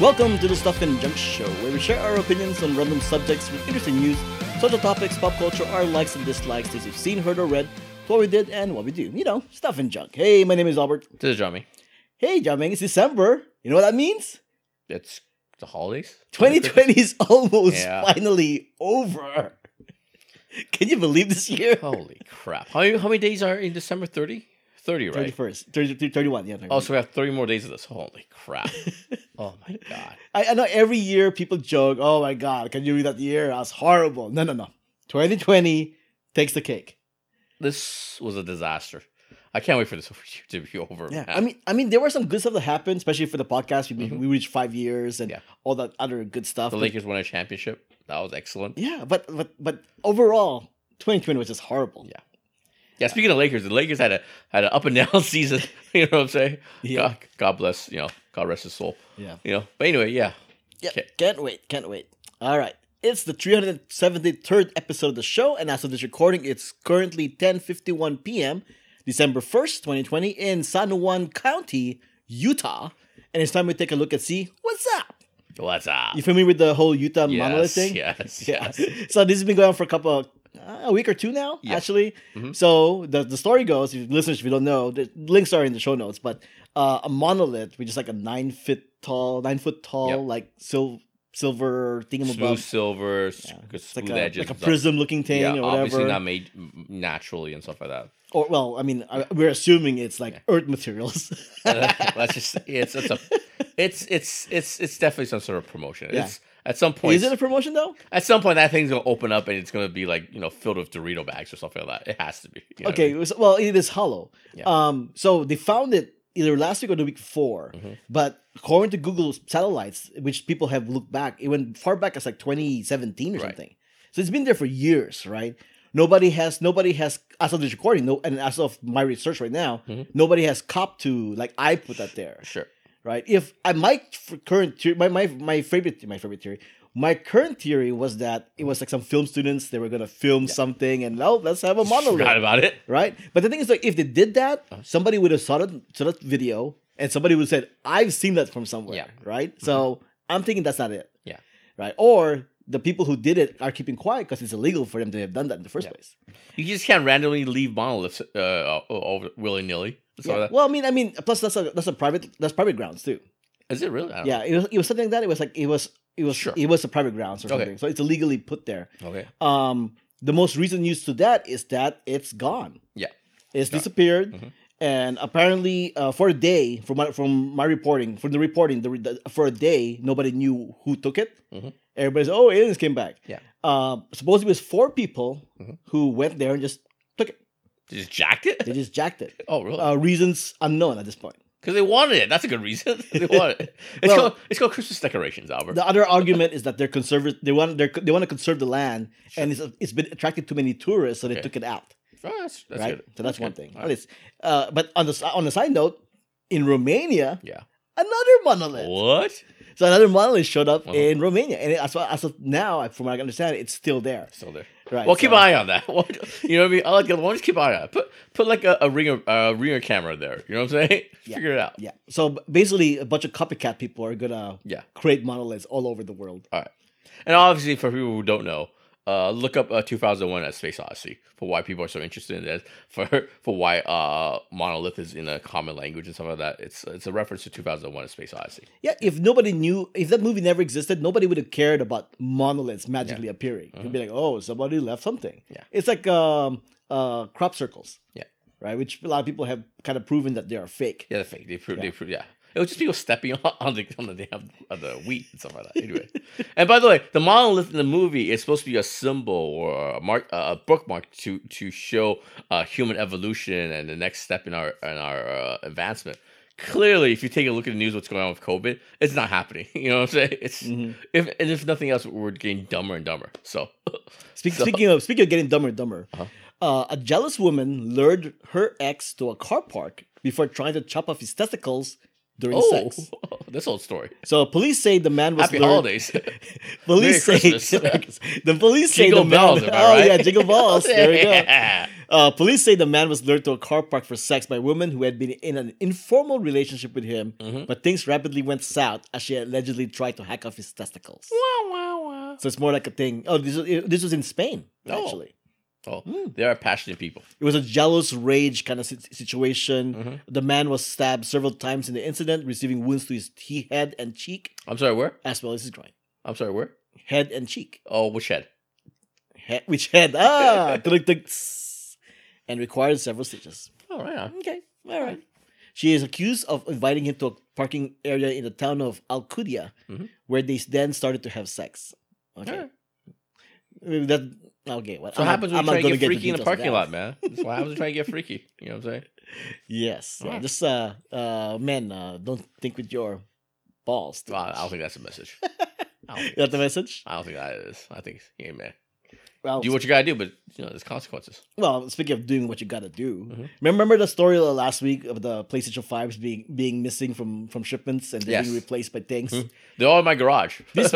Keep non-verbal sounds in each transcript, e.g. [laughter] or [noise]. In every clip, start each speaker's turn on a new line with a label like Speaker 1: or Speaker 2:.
Speaker 1: Welcome to the Stuff and Junk Show, where we share our opinions on random subjects with interesting news, social topics, pop culture, our likes and dislikes, things we've seen, heard, or read, what we did, and what we do. You know, stuff and junk. Hey, my name is Albert.
Speaker 2: This is Johnny.
Speaker 1: Hey, Jamming, it's December. You know what that
Speaker 2: [laughs]
Speaker 1: means?
Speaker 2: It's
Speaker 1: [laughs]
Speaker 2: the holidays.
Speaker 1: 2020 is almost
Speaker 2: Yeah.
Speaker 1: finally over. [laughs] Can you believe this year?
Speaker 2: Holy crap! How many, how many days are in December? 30? 30, right?
Speaker 1: 31st, 30, 31, yeah. 31.
Speaker 2: Oh, so we have thirty more days of this. Holy
Speaker 1: [laughs]
Speaker 2: crap! oh my god!
Speaker 1: I, I know every year people joke, oh my God, can you read that year? That's horrible. No, no, no. 2020 takes the cake.
Speaker 2: This was a disaster. I can't wait for this [laughs] to be over.
Speaker 1: Yeah,
Speaker 2: man.
Speaker 1: I mean, I mean, there were some good stuff that happened, especially for the podcast. We,
Speaker 2: Mhm.
Speaker 1: we reached five years and
Speaker 2: Yeah.
Speaker 1: all that other good stuff.
Speaker 2: the
Speaker 1: But-
Speaker 2: Lakers won a championship. That was excellent.
Speaker 1: yeah, but but but overall, 2020 was just horrible.
Speaker 2: Yeah. Yeah. Speaking of Lakers, the Lakers had a had an up and down [laughs] season. You know what I'm saying?
Speaker 1: Yeah.
Speaker 2: God, God bless. You know, God rest his soul.
Speaker 1: Yeah.
Speaker 2: You know. But anyway, yeah.
Speaker 1: Yeah,
Speaker 2: Okay.
Speaker 1: can't wait, can't wait. All right, it's the 373rd episode of the show, and as of this recording, it's currently 10:51 p.m., December 1st, 2020, in San Juan County, Utah, and it's time we take a look and see what's up.
Speaker 2: What's up?
Speaker 1: You familiar with the whole Utah monolith
Speaker 2: ah. yes,
Speaker 1: thing?
Speaker 2: yes.
Speaker 1: Yeah.
Speaker 2: Yes.
Speaker 1: [laughs] So this has been going on for a couple of, uh, a week or two now,
Speaker 2: Yeah.
Speaker 1: actually.
Speaker 2: Mhm.
Speaker 1: So the the story goes, if listeners if you don't know, the links are in the show notes, but uh, a monolith, which is like a nine foot tall, nine foot tall,
Speaker 2: Yep.
Speaker 1: like sil- silver thing
Speaker 2: Smooth
Speaker 1: above.
Speaker 2: silver, s-
Speaker 1: Yeah.
Speaker 2: good
Speaker 1: It's
Speaker 2: smooth
Speaker 1: like a,
Speaker 2: edges.
Speaker 1: like a
Speaker 2: and stuff.
Speaker 1: prism looking thing
Speaker 2: yeah,
Speaker 1: or
Speaker 2: obviously
Speaker 1: whatever.
Speaker 2: not made m- naturally and stuff like that. [laughs]
Speaker 1: Or well, I mean, I, we're assuming it's like
Speaker 2: Yeah.
Speaker 1: earth materials.
Speaker 2: Let's just say it's it's a, it's it's it's it's definitely some sort of promotion.
Speaker 1: Yeah.
Speaker 2: It's at some point
Speaker 1: [laughs] is it a promotion though?
Speaker 2: at some point that thing's gonna open up and it's gonna be like you know filled with Dorito bags or something like that. It has to be. you know what I
Speaker 1: Okay,
Speaker 2: mean?
Speaker 1: it was- well, it is hollow.
Speaker 2: Yeah.
Speaker 1: Um, so they found it either last week or the week before,
Speaker 2: Mhm.
Speaker 1: but according to Google satellites, which people have looked back, it went far back as like 2017 or
Speaker 2: Right.
Speaker 1: something. So it's been there for years, right? Nobody has, nobody has, as of this recording, no, and as of my research right now,
Speaker 2: Mhm.
Speaker 1: nobody has copped to like I put that there,
Speaker 2: Sure.
Speaker 1: right? If I my f- current theory, my my my favorite my favorite theory, my current theory was that it was like some film students they were gonna film something and oh let's have a monolith,
Speaker 2: [laughs] Forgot about it.
Speaker 1: right? But the thing is, like, if they did that,
Speaker 2: Uh-huh.
Speaker 1: somebody would have saw that, saw that video, and somebody would have said, "I've seen that from somewhere,"
Speaker 2: Yeah. Mm-hmm.
Speaker 1: right? So I'm thinking that's not it.
Speaker 2: Yeah.
Speaker 1: Right. Or the people who did it are keeping quiet because it's illegal for them to have done that in the first
Speaker 2: Yeah.
Speaker 1: place.
Speaker 2: You just can't randomly leave monoliths uh, over willy nilly.
Speaker 1: Yeah.
Speaker 2: So that
Speaker 1: Well, I mean, I mean, plus that's a that's a private that's private grounds too.
Speaker 2: is it really? I don't
Speaker 1: Yeah. It was it was something like that. It was like it was it was
Speaker 2: Oh. Sure.
Speaker 1: it was a private grounds or
Speaker 2: Okay.
Speaker 1: something. So it's illegally put there.
Speaker 2: know. Okay.
Speaker 1: um the most recent news to that is that it's gone.
Speaker 2: Yeah.
Speaker 1: it's
Speaker 2: Gone.
Speaker 1: disappeared,
Speaker 2: Mhm.
Speaker 1: and apparently uh, for a day, from my, from my reporting, from the reporting, the, re- the, for a day nobody knew who took it.
Speaker 2: Mhm.
Speaker 1: Everybody's oh aliens came back.
Speaker 2: Yeah.
Speaker 1: uh, supposedly it was four people
Speaker 2: Mhm.
Speaker 1: who went there and just took it.
Speaker 2: They just jacked it.
Speaker 1: They just jacked it.
Speaker 2: [laughs] Oh really?
Speaker 1: Uh, reasons unknown at this point.
Speaker 2: Because they wanted it. That's a good reason. [laughs]
Speaker 1: [laughs]
Speaker 2: they wanted it. It's
Speaker 1: Well-
Speaker 2: called it's called Christmas decorations, Albert.
Speaker 1: The other argument is that they're conservative. They want they're, they want to conserve the land, and it's it's been attracted too many tourists, so they
Speaker 2: Okay.
Speaker 1: took it out.
Speaker 2: Oh, that's, that's
Speaker 1: right?
Speaker 2: good.
Speaker 1: So that's, one
Speaker 2: good.
Speaker 1: thing.
Speaker 2: All
Speaker 1: At
Speaker 2: right.
Speaker 1: least, uh, but on the si- on the side note, in Romania,
Speaker 2: Yeah.
Speaker 1: another monolith.
Speaker 2: What?
Speaker 1: So another monolith showed up
Speaker 2: Oh. Uh-huh.
Speaker 1: in Romania, and as, well, as of now, from what I understand, it's still there.
Speaker 2: Still there.
Speaker 1: Right.
Speaker 2: Well, keep
Speaker 1: so-
Speaker 2: an eye on that. [laughs] What- you know what I mean? I like the other one. Just keep an eye on it. Put put like a, a ring of uh, ringer camera there. You know what I'm saying? [laughs]
Speaker 1: Yeah.
Speaker 2: Figure it out.
Speaker 1: Yeah. So b- basically, a bunch of copycat people are gonna
Speaker 2: Yeah.
Speaker 1: create monoliths all over the world.
Speaker 2: And obviously, for people who don't know, uh, look up uh, 2001 at Space Odyssey for why people are so interested in this. [laughs] For for why uh, monolith is in a common language and stuff like that. It's it's a reference to 2001 at Space Odyssey.
Speaker 1: Yeah. If nobody knew, if that movie never existed, nobody would have cared about monoliths magically appearing. You'd be like, oh, somebody left something.
Speaker 2: Uh-huh. Yeah.
Speaker 1: It's like um, uh, crop circles.
Speaker 2: Yeah.
Speaker 1: Right. Which a lot of people have kind of proven that they are fake.
Speaker 2: Yeah, the fake. They proved.
Speaker 1: Yeah.
Speaker 2: They proved. Yeah. It was just people stepping [laughs] on, on the on the damn on the wheat and stuff like that. Anyway, and by the way, the monolith in the movie is supposed to be a symbol or a mark, a bookmark to to show uh, human evolution and the next step in our in our uh, advancement. Clearly, if you take a look at the news, what's going on with COVID, it's not happening. [laughs] You know what I'm saying? It's
Speaker 1: Mhm.
Speaker 2: if and if nothing else, we're getting dumber and dumber. So
Speaker 1: Speak,
Speaker 2: So-
Speaker 1: Speaking of speaking of getting dumber and dumber, uh
Speaker 2: Uh-huh.
Speaker 1: a jealous woman lured her ex to a car park before trying to chop off his testicles during
Speaker 2: Oh,
Speaker 1: sex.
Speaker 2: [laughs] this old story.
Speaker 1: So police say the man was
Speaker 2: Happy
Speaker 1: lured- [laughs]
Speaker 2: holidays.
Speaker 1: Police
Speaker 2: Merry
Speaker 1: say [laughs]
Speaker 2: Christmas.
Speaker 1: the police say
Speaker 2: Jingle
Speaker 1: the
Speaker 2: bells,
Speaker 1: man.
Speaker 2: am I
Speaker 1: Oh
Speaker 2: right?
Speaker 1: yeah, jingle
Speaker 2: [laughs]
Speaker 1: balls. There we go.
Speaker 2: Yeah.
Speaker 1: Uh, police say the man was lured to a car park for sex by a woman who had been in an informal relationship with him,
Speaker 2: Mhm.
Speaker 1: but things rapidly went south as she allegedly tried to hack off his testicles.
Speaker 2: Wah, wah, wah.
Speaker 1: So it's more like a thing. Oh, this was, this was in Spain
Speaker 2: Oh.
Speaker 1: actually.
Speaker 2: Oh,
Speaker 1: Mm.
Speaker 2: they are passionate people.
Speaker 1: It was a jealous rage kind of sit- situation.
Speaker 2: Mhm.
Speaker 1: The man was stabbed several times in the incident, receiving wounds to his he- head and cheek
Speaker 2: I'm sorry, where?
Speaker 1: as well as his groin.
Speaker 2: I'm sorry, where?
Speaker 1: Head and cheek.
Speaker 2: Oh, which head?
Speaker 1: He- which head?
Speaker 2: [laughs]
Speaker 1: Ah, click-click. and required several stitches.
Speaker 2: Oh, right on.
Speaker 1: Okay, all right. She is accused of inviting him to a parking area in the town of Alcudia,
Speaker 2: Mhm.
Speaker 1: where they then started to have sex. Okay,
Speaker 2: Alright.
Speaker 1: Uh, that okay. Well,
Speaker 2: So
Speaker 1: I'm not-
Speaker 2: what happens when
Speaker 1: I'm
Speaker 2: you
Speaker 1: not
Speaker 2: try to
Speaker 1: gonna into
Speaker 2: get freaky in the
Speaker 1: details of that.
Speaker 2: parking
Speaker 1: [laughs]
Speaker 2: lot, man? That's what happens when you try to get freaky. You know what I'm saying?
Speaker 1: Yes, yeah.
Speaker 2: Alright.
Speaker 1: Just uh, uh, men, uh, don't think with your balls. too
Speaker 2: Well, I
Speaker 1: much.
Speaker 2: don't think that's a
Speaker 1: [laughs]
Speaker 2: message. I don't
Speaker 1: Is
Speaker 2: think,
Speaker 1: that the message?
Speaker 2: I don't think that is. I think, yeah, man.
Speaker 1: Well,
Speaker 2: Do what you gotta do, but you know, there's consequences.
Speaker 1: well, speaking of doing what you gotta do,
Speaker 2: Mhm.
Speaker 1: remember the story last week of the PlayStation 5s being being missing from from shipments and they're
Speaker 2: Yes.
Speaker 1: being replaced by things.
Speaker 2: Mhm. They're all in my garage.
Speaker 1: [laughs] This,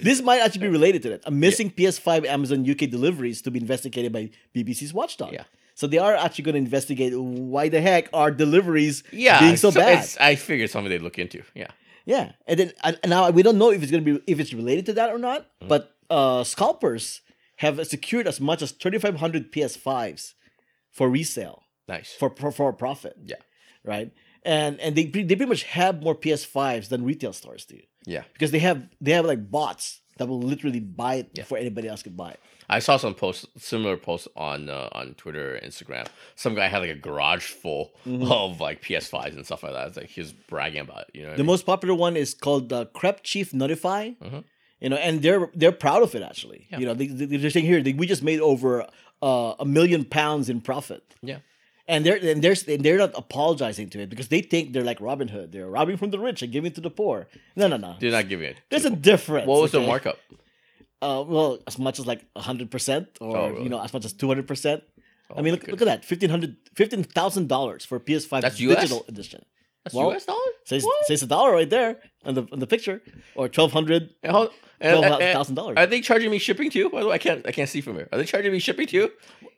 Speaker 1: this might actually be related to that. A missing PS5 Amazon UK deliveries to be investigated by BBC's Watchdog.
Speaker 2: Yeah.
Speaker 1: So they are actually going to investigate why the heck are deliveries
Speaker 2: [laughs] yeah,
Speaker 1: being so, bad.
Speaker 2: it's- I figured something they'd look into. Yeah.
Speaker 1: Yeah, and then and and now we don't know if it's going to be if it's related to that or not.
Speaker 2: Mm.
Speaker 1: But uh, scalpers have secured as much as 3,500 PS5s for resale
Speaker 2: Nice.
Speaker 1: for for, for a profit.
Speaker 2: Yeah.
Speaker 1: right. And and they pre- they pretty much have more PS5s than retail stores do
Speaker 2: yeah.
Speaker 1: because they have they have like bots that will literally buy it
Speaker 2: Yeah.
Speaker 1: before anybody else could buy it.
Speaker 2: I saw some posts, similar posts on uh, on Twitter, Instagram. Some guy had like a garage full
Speaker 1: Mm-hmm.
Speaker 2: of like PS5s and stuff like that. It's like he was bragging about it. You know, what I
Speaker 1: The
Speaker 2: mean?
Speaker 1: most popular one is called uh, Crep Chief Notify.
Speaker 2: Mhm.
Speaker 1: You know, and they're they're proud of it actually.
Speaker 2: Yeah.
Speaker 1: You know, they, they- they're saying here they, we just made over uh, a million pounds in profit.
Speaker 2: yeah,
Speaker 1: And they're and they're and they're not apologizing to it because they think they're like Robin Hood. They're robbing from the rich and giving to the poor. No, no, no.
Speaker 2: they're not giving it.
Speaker 1: There's a difference.
Speaker 2: What was the
Speaker 1: okay?
Speaker 2: markup?
Speaker 1: Uh, well, as much as like hundred percent, or
Speaker 2: Oh, really?
Speaker 1: you know, as much as two hundred percent. I
Speaker 2: Oh
Speaker 1: mean,
Speaker 2: my
Speaker 1: look, look at that fifteen hundred, fifteen thousand dollars for PS Five
Speaker 2: That's US?
Speaker 1: digital edition.
Speaker 2: That's
Speaker 1: well,
Speaker 2: U.S. dollar.
Speaker 1: Says
Speaker 2: What?
Speaker 1: says a dollar right there on the on the picture, or twelve hundred
Speaker 2: And hold- and-
Speaker 1: twelve
Speaker 2: and-
Speaker 1: thousand dollars.
Speaker 2: Are they charging me shipping too? By the way, I can't I can't see from here. Are they charging me shipping too?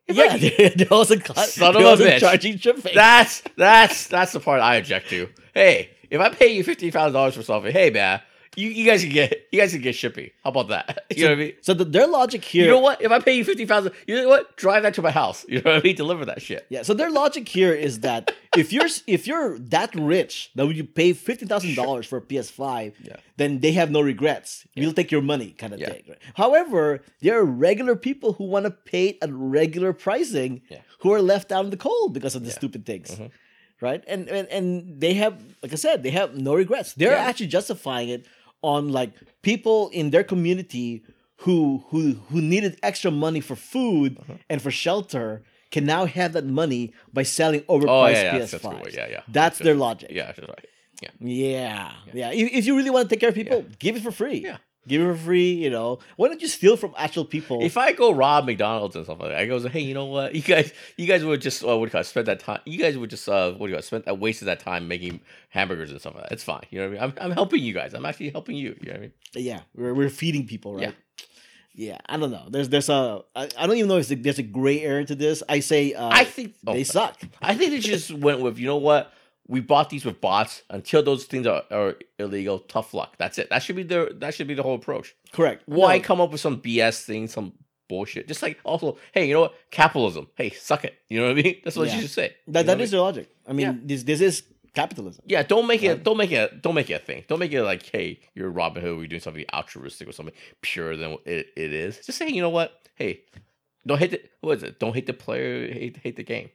Speaker 2: If I
Speaker 1: Yeah, [laughs] there wasn't
Speaker 2: Son
Speaker 1: there
Speaker 2: of a
Speaker 1: wasn't
Speaker 2: bitch.
Speaker 1: charging shipping.
Speaker 2: That's that's that's the part I object to. Hey, if I pay you fifteen thousand dollars for something, hey man, you, you guys can get you guys can get shipping. How about that? [laughs] You know what I mean?
Speaker 1: so the, their logic here.
Speaker 2: You know what? If I pay you fifty thousand, you know what? Drive that to my house. [laughs] You know what I mean? Deliver that shit.
Speaker 1: Yeah. So their logic here is that if you're if you're that rich that you pay fifty thousand dollars for a PS Five,
Speaker 2: Yeah.
Speaker 1: then they have no regrets. We'll take your money, kind of
Speaker 2: Yeah.
Speaker 1: thing. right? However, there are regular people who want to pay at regular pricing
Speaker 2: Yeah.
Speaker 1: who are left out in the cold because of the stupid things.
Speaker 2: Mhm.
Speaker 1: Right, and, and and they have, like I said, they have no regrets. They're
Speaker 2: Yeah.
Speaker 1: actually justifying it on like people in their community who who who needed extra money for food
Speaker 2: Uh-huh.
Speaker 1: and for shelter can now have that money by selling overpriced
Speaker 2: Oh yeah, yeah,
Speaker 1: PS5.
Speaker 2: that's a good word. Yeah, yeah.
Speaker 1: That's
Speaker 2: Good.
Speaker 1: their logic.
Speaker 2: Yeah, that's right. Yeah.
Speaker 1: Yeah. Yeah. If, if you really want to take care of people, give it for free.
Speaker 2: Yeah.
Speaker 1: Give it for free, you know. Why don't you steal from actual people?
Speaker 2: If I go rob McDonald's and stuff like that, I goes, hey, you know what? You guys, you guys would just uh, what do you call it? Spend that time. You guys would just uh, what do you call it? Spend uh, wasted that time making hamburgers and stuff like that. It's fine. You know what I mean? I'm, I'm helping you guys. I'm actually helping you. You know what I mean?
Speaker 1: yeah, we're, we're feeding people, right? Yeah. I don't know. There's there's a I, I don't even know if there's a gray area to this. I say uh,
Speaker 2: I think oh,
Speaker 1: they suck.
Speaker 2: I think they just went with you know what? We bought these with bots until those things are, are illegal. Tough luck. That's it. That should be their. That should be the whole approach.
Speaker 1: Correct.
Speaker 2: Why
Speaker 1: No.
Speaker 2: come up with some BS thing, some bullshit? Just like also, hey, you know what? Capitalism. Hey, suck it. You know what I mean? [laughs] That's what
Speaker 1: Yeah.
Speaker 2: you should say.
Speaker 1: That,
Speaker 2: You know
Speaker 1: that
Speaker 2: what I
Speaker 1: is
Speaker 2: mean?
Speaker 1: their logic. I mean,
Speaker 2: Yeah.
Speaker 1: this this is capitalism. [laughs]
Speaker 2: Yeah, don't make
Speaker 1: Right.
Speaker 2: it. Don't make it. Don't make it a thing. Don't make it like, hey, you're Robin Hood. We're doing something altruistic or something purer than it, it is. Just say, you know what? Hey, don't hate the. What is it? Don't hate the player. Hate hate the game.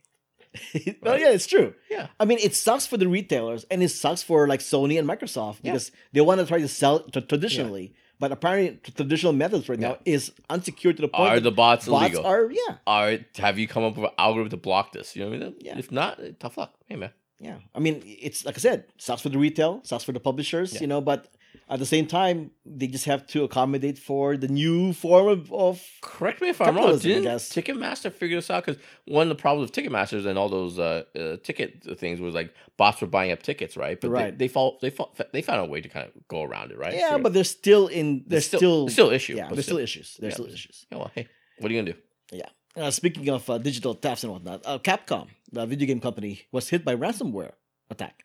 Speaker 1: well,
Speaker 2: Right.
Speaker 1: yeah, it's true.
Speaker 2: Yeah.
Speaker 1: I mean, it sucks for the retailers and it sucks for like Sony and Microsoft
Speaker 2: Yeah.
Speaker 1: because they want to try to sell it tra- traditionally, but apparently t- traditional methods right now is unsecured to the point
Speaker 2: Are
Speaker 1: that
Speaker 2: the bots,
Speaker 1: bots
Speaker 2: illegal?
Speaker 1: are yeah
Speaker 2: are have you come up with an algorithm to block this? You know what I mean?
Speaker 1: Yeah.
Speaker 2: If not, tough luck. Hey man.
Speaker 1: yeah. I mean, it's like I said, sucks for the retail, sucks for the publishers,
Speaker 2: Yeah.
Speaker 1: you know, but At the same time, they just have to accommodate for the new form of, of
Speaker 2: Correct me if I'm wrong.
Speaker 1: Capitalism, I
Speaker 2: Didn't
Speaker 1: guess.
Speaker 2: Ticketmaster figure this out? Because one of the problems with Ticketmasters and all those uh, uh, ticket things was like bots were buying up tickets, right? But
Speaker 1: Right.
Speaker 2: They, they fall. They fall, They found a way to kind of go around it, right?
Speaker 1: yeah,
Speaker 2: Figure-
Speaker 1: but they're still in. They're
Speaker 2: It's
Speaker 1: still,
Speaker 2: it's still an issue.
Speaker 1: yeah.
Speaker 2: but
Speaker 1: There's still issues. There's
Speaker 2: Yeah,
Speaker 1: still
Speaker 2: but-
Speaker 1: issues.
Speaker 2: Yeah, well, hey, what are you gonna do?
Speaker 1: Uh, speaking of uh, digital thefts and whatnot, uh, Capcom, the video game company, was hit by ransomware attack,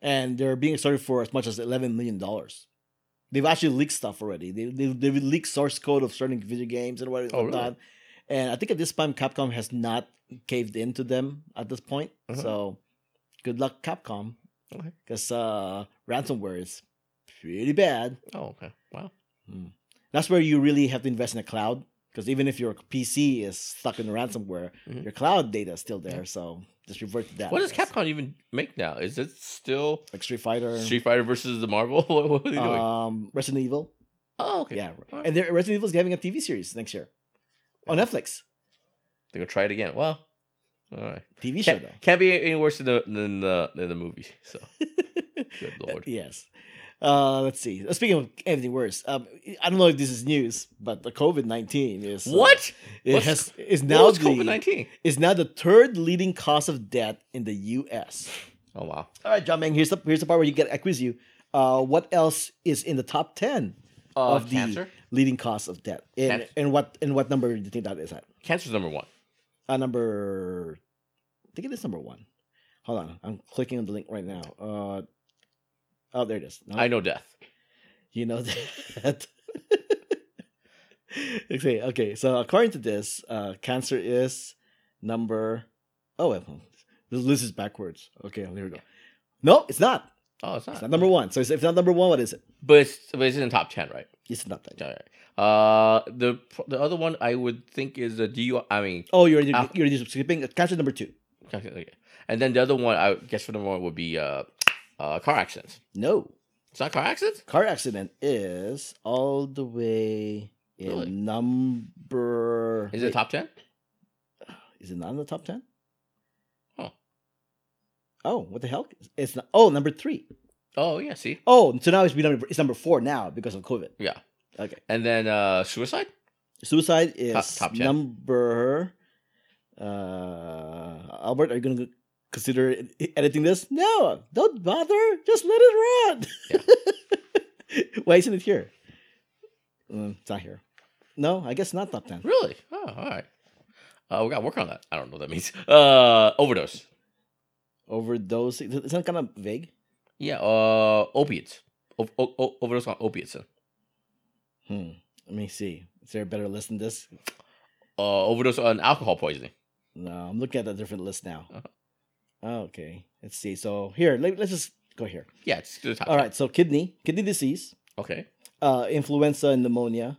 Speaker 1: and they're being extorted for as much as eleven million dollars. They've actually leaked stuff already. They they they leaked source code of certain video games and what-
Speaker 2: Oh, really?
Speaker 1: whatnot. And I think at this time, Capcom has not caved in to them at this point.
Speaker 2: Uh-huh.
Speaker 1: So, good luck, Capcom,
Speaker 2: Okay.
Speaker 1: because uh, ransomware is pretty bad.
Speaker 2: Oh, okay. Wow.
Speaker 1: That's where you really have to invest in a cloud because even if your PC is stuck in the ransomware,
Speaker 2: Mhm.
Speaker 1: your cloud data is still there. So just revert to that.
Speaker 2: What
Speaker 1: I
Speaker 2: does
Speaker 1: guess. Er,
Speaker 2: Capcom even make now? Is it still
Speaker 1: Like Street Fighter,
Speaker 2: Street Fighter versus the Marvel? [laughs] what, what are they doing?
Speaker 1: um, Resident Evil.
Speaker 2: oh, okay.
Speaker 1: Yeah,
Speaker 2: All right.
Speaker 1: and they're, Resident Evil is having a TV series next year on Netflix.
Speaker 2: They're gonna try it again. Well, all right.
Speaker 1: TV show
Speaker 2: Can't,
Speaker 1: though.
Speaker 2: can't be any worse than the than the than the movie.
Speaker 1: [laughs]
Speaker 2: So, good lord.
Speaker 1: Yes. Uh, let's see. Uh, Speaking of anything worse, um, I don't know if this is news, but the COVID nineteen is uh,
Speaker 2: what?
Speaker 1: it
Speaker 2: What's-
Speaker 1: has is now
Speaker 2: Now
Speaker 1: the
Speaker 2: COVID nineteen.
Speaker 1: is now the third leading cause of death in the U.S.
Speaker 2: Oh wow.
Speaker 1: All right, John Meng. Here's the here's the part where you get I quiz you. Uh, what else is in the top ten
Speaker 2: Uh,
Speaker 1: of the
Speaker 2: cancer.
Speaker 1: leading cause of death? And
Speaker 2: Cancer.
Speaker 1: and what and what number do you think that is at?
Speaker 2: Cancer's number one.
Speaker 1: Uh, number, I think it is number one. Hold on, I'm clicking on the link right now. Uh, oh, there it is. No,
Speaker 2: I know death.
Speaker 1: you know [laughs] that. okay, okay. So according to this, uh, cancer is number. Oh, wait, hold on. this list is backwards. Okay, here we go. No, it's not.
Speaker 2: Oh, it's not.
Speaker 1: It's not number one. So if it's not number one, what is it?
Speaker 2: But it's but it's in top ten, right?
Speaker 1: It's not that.
Speaker 2: All right. Uh, the the other one I would think is a DUI. I mean,
Speaker 1: Oh, you're you're,
Speaker 2: Ah.
Speaker 1: you're just skipping cancer number two.
Speaker 2: Okay, okay. And then the other one, I guess for number one would be uh, uh, car accidents.
Speaker 1: No,
Speaker 2: It's not car accidents.
Speaker 1: car accident is all the way in
Speaker 2: Really?
Speaker 1: number.
Speaker 2: Is it top ten?
Speaker 1: Is it not in the top ten?
Speaker 2: Huh.
Speaker 1: Oh, what the hell? It's not. Oh, number three.
Speaker 2: Oh yeah, see.
Speaker 1: Oh, so now it's be number it's number four now because of COVID.
Speaker 2: Yeah.
Speaker 1: Okay.
Speaker 2: And then uh, suicide.
Speaker 1: Suicide is
Speaker 2: top 10.
Speaker 1: number. Uh, Albert, are you gonna consider ed- editing this? No, don't bother. Just let it run. [laughs] Why isn't it here? Mm, it's not here. No, I guess not top ten.
Speaker 2: Really? Oh, all right. Uh, we got to work on that. I don't know what that means. [laughs] Uh, overdose.
Speaker 1: Overdose. Isn't that kind of vague?
Speaker 2: Yeah. Uh, opiates. O- o- o- overdose on opiates. then.
Speaker 1: Hmm. Let me see. Is there a better list than this?
Speaker 2: Uh, overdose on alcohol poisoning.
Speaker 1: No, I'm looking at a different list now.
Speaker 2: Uh-huh.
Speaker 1: Okay, let's see. So here, let, us just go here.
Speaker 2: Yeah, it's the top.
Speaker 1: All right. So kidney, kidney disease,
Speaker 2: Okay.
Speaker 1: uh, influenza and pneumonia.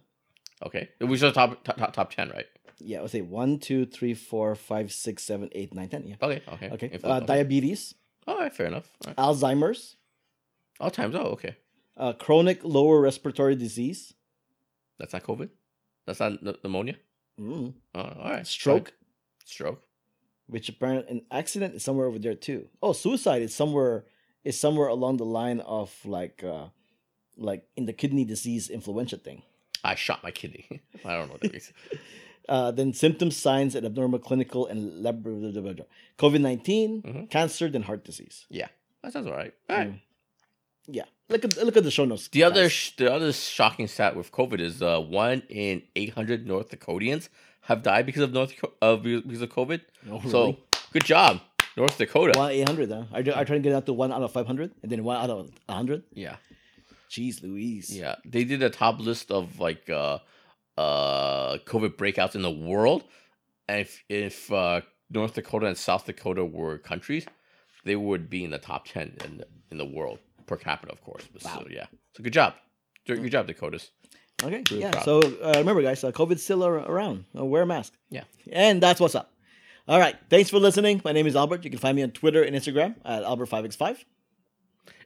Speaker 2: Okay. We saw top top top, top ten, right?
Speaker 1: Yeah, I'll say one, two, three, four, five, six, seven, eight, nine, ten. Yeah.
Speaker 2: Okay. Okay.
Speaker 1: Okay.
Speaker 2: Info-
Speaker 1: Uh, diabetes,
Speaker 2: all right. Fair enough. All, right.
Speaker 1: Alzheimer's,
Speaker 2: all times. Oh, okay.
Speaker 1: uh, chronic lower respiratory disease,
Speaker 2: That's not COVID. That's not n- pneumonia.
Speaker 1: mm,
Speaker 2: Oh, all right.
Speaker 1: stroke,
Speaker 2: Stroke.
Speaker 1: which apparently an accident is somewhere over there too. Oh, suicide is somewhere is somewhere along the line of like uh, like in the kidney disease influenza thing.
Speaker 2: I shot my kidney. [laughs] I don't know what that
Speaker 1: [laughs]
Speaker 2: means.
Speaker 1: Uh, then symptoms, signs, and abnormal clinical and lab- COVID 19,
Speaker 2: Mhm.
Speaker 1: cancer, then heart disease.
Speaker 2: That sounds all right. All right.
Speaker 1: Mm. Yeah. Look at look at the show notes.
Speaker 2: The other
Speaker 1: guys.
Speaker 2: sh- the other shocking stat with COVID is uh, one in eight hundred North Dakotians have died because of North Co- of because of COVID.
Speaker 1: Oh,
Speaker 2: So
Speaker 1: really?
Speaker 2: good job, North [laughs] Dakota.
Speaker 1: one eight hundred. Huh? I do- I try to get out to one out of five hundred, and then one out of hundred.
Speaker 2: Yeah,
Speaker 1: Jeez, Louise.
Speaker 2: yeah. They did a top list of like uh, uh, COVID breakouts in the world, and if if uh, North Dakota and South Dakota were countries, they would be in the top ten in the, in the world per capita, of course. But
Speaker 1: Wow.
Speaker 2: So yeah, so good job, good good job, Dakotas.
Speaker 1: Okay.
Speaker 2: Really
Speaker 1: yeah.
Speaker 2: proud.
Speaker 1: So uh, remember, guys, uh, COVID's still ar- around. Uh, wear a mask.
Speaker 2: Yeah.
Speaker 1: And that's what's up. All right. Thanks for listening. My name is Albert. You can find me on Twitter and Instagram at Albert5x5.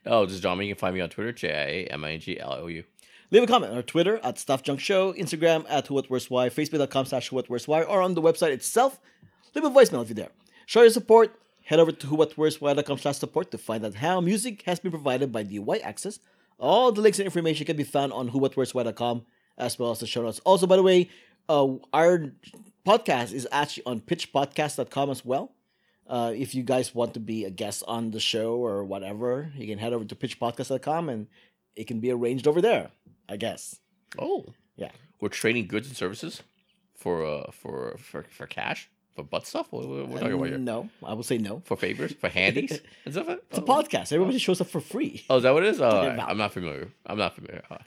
Speaker 2: Oh, this is John. You can find me on Twitter, J I A M I N G L O U.
Speaker 1: Leave a comment on our Twitter at Stuff Junk Show, Instagram at Who What Worse Why, Facebook.com slash Who What Worse Why, or on the website itself. Leave a voicemail if you're there. Show your support. Head over to whowhatworsewhy.com slash support to find out how music has been provided by the Y Axis, All the links and information can be found on whowhatwhereswhy.com as well as the show notes. Also, by the way, uh, our podcast is actually on pitchpodcast.com as well. Uh, if you guys want to be a guest on the show or whatever, you can head over to pitchpodcast.com and it can be arranged over there, I guess.
Speaker 2: Oh,
Speaker 1: Yeah.
Speaker 2: We're trading goods and services for uh for for, for cash for butt stuff. What what- what are we talking about here?
Speaker 1: no, I would say no.
Speaker 2: For favors, for
Speaker 1: [laughs]
Speaker 2: handies and stuff.
Speaker 1: It's a
Speaker 2: Oh.
Speaker 1: podcast. Everybody shows up for free.
Speaker 2: Oh, is that what it is? Oh,
Speaker 1: about-
Speaker 2: I'm not familiar. I'm not familiar. Uh,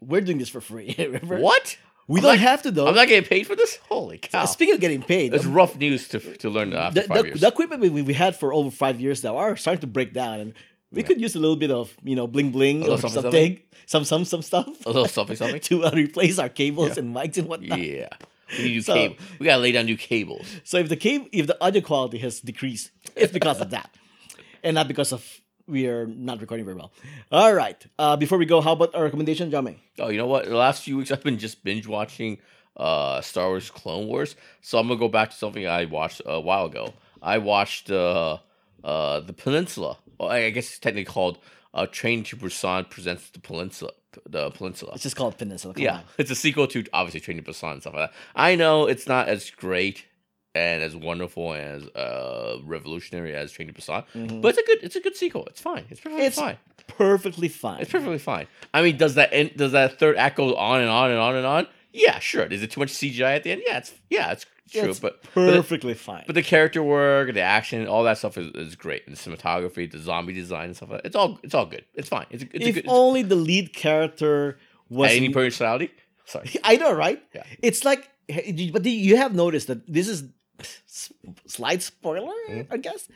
Speaker 1: We're doing this for free. [laughs] Remember?
Speaker 2: What?
Speaker 1: We
Speaker 2: I'm
Speaker 1: don't
Speaker 2: not-
Speaker 1: have to though. Uh,
Speaker 2: I'm not getting paid for this. Holy cow!
Speaker 1: Speaking of getting paid,
Speaker 2: It's
Speaker 1: the,
Speaker 2: rough news to to learn that after
Speaker 1: the-
Speaker 2: five
Speaker 1: the-
Speaker 2: years.
Speaker 1: the equipment we, we had for over five years now are starting to break down, and we
Speaker 2: Yeah.
Speaker 1: could use a little bit of you know bling bling
Speaker 2: little
Speaker 1: or
Speaker 2: something,
Speaker 1: something,
Speaker 2: something.
Speaker 1: some some some stuff
Speaker 2: A little something, [laughs] something.
Speaker 1: [laughs] to uh, replace our cables
Speaker 2: Yeah.
Speaker 1: and mics and whatnot.
Speaker 2: Yeah, we need new
Speaker 1: So-
Speaker 2: cable. We gotta lay down new cables.
Speaker 1: So if the cable, if the audio quality has decreased, it's because of
Speaker 2: [laughs]
Speaker 1: that, and not because of we are not recording very well. All right. Uh, before we go, how about our recommendation, Jame?
Speaker 2: Oh, you know what? The last few weeks I've been just binge watching uh Star Wars Clone Wars. So I'm gonna go back to something I watched a while ago. I watched uh uh The Peninsula. Well, I I guess it's technically called uh Train to Busan presents the Peninsula the Peninsula.
Speaker 1: It's just called Peninsula. Come
Speaker 2: Yeah.
Speaker 1: on.
Speaker 2: It's a sequel to obviously Train to Busan and stuff like that. I know it's not as great and as wonderful and as uh revolutionary as Train to Busan.
Speaker 1: Mhm.
Speaker 2: But it's a good it's a good sequel. It's fine. It's perfectly
Speaker 1: It's-
Speaker 2: fine.
Speaker 1: perfectly fine.
Speaker 2: It's perfectly fine. I mean, does that end, does that third act go on and on and on and on? Yeah, sure. Is it too much CGI at the end? Yeah, it's yeah, it's true.
Speaker 1: It's
Speaker 2: but but,
Speaker 1: perfectly fine.
Speaker 2: but the character work, the action, all that stuff is, is great. And the cinematography, the zombie design, and stuff. Like that. It's all it's all good. It's fine. It's, it's a
Speaker 1: if
Speaker 2: good. It's,
Speaker 1: only the lead character was
Speaker 2: any personality?
Speaker 1: [laughs]
Speaker 2: Sorry.
Speaker 1: I know, right?
Speaker 2: Yeah.
Speaker 1: It's like, but you have noticed that this is [laughs] slight spoiler,
Speaker 2: Mhm.
Speaker 1: I guess.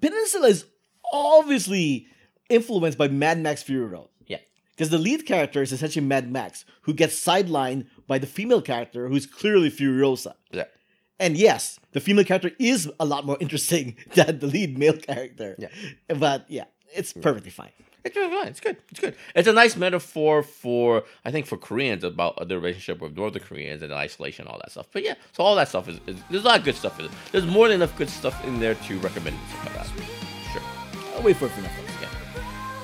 Speaker 1: Peninsula is obviously influenced by Mad Max Fury Road.
Speaker 2: Yeah.
Speaker 1: Because the lead character is essentially Mad Max, who gets sidelined by the female character, who's clearly Furiosa.
Speaker 2: Yeah.
Speaker 1: And yes, the female character is a lot more interesting [laughs] than the lead male character.
Speaker 2: Yeah.
Speaker 1: But yeah, it's perfectly fine.
Speaker 2: It's really fine. It's good. It's good. It's a nice metaphor for I think for Koreans about their relationship with Northern Koreans and isolation, all that stuff. But yeah, so all that stuff is, is there's a lot of good stuff in it. There's more than enough good stuff in there to recommend. and stuff like that. Sure.
Speaker 1: I'll wait for it for nothing.
Speaker 2: Yeah.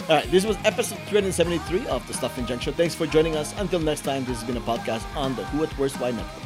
Speaker 1: All right, this was episode 373 of the Stuff and Junk Show. Thanks for joining us. Until next time, this has been a podcast on the Who at Worst Why Network.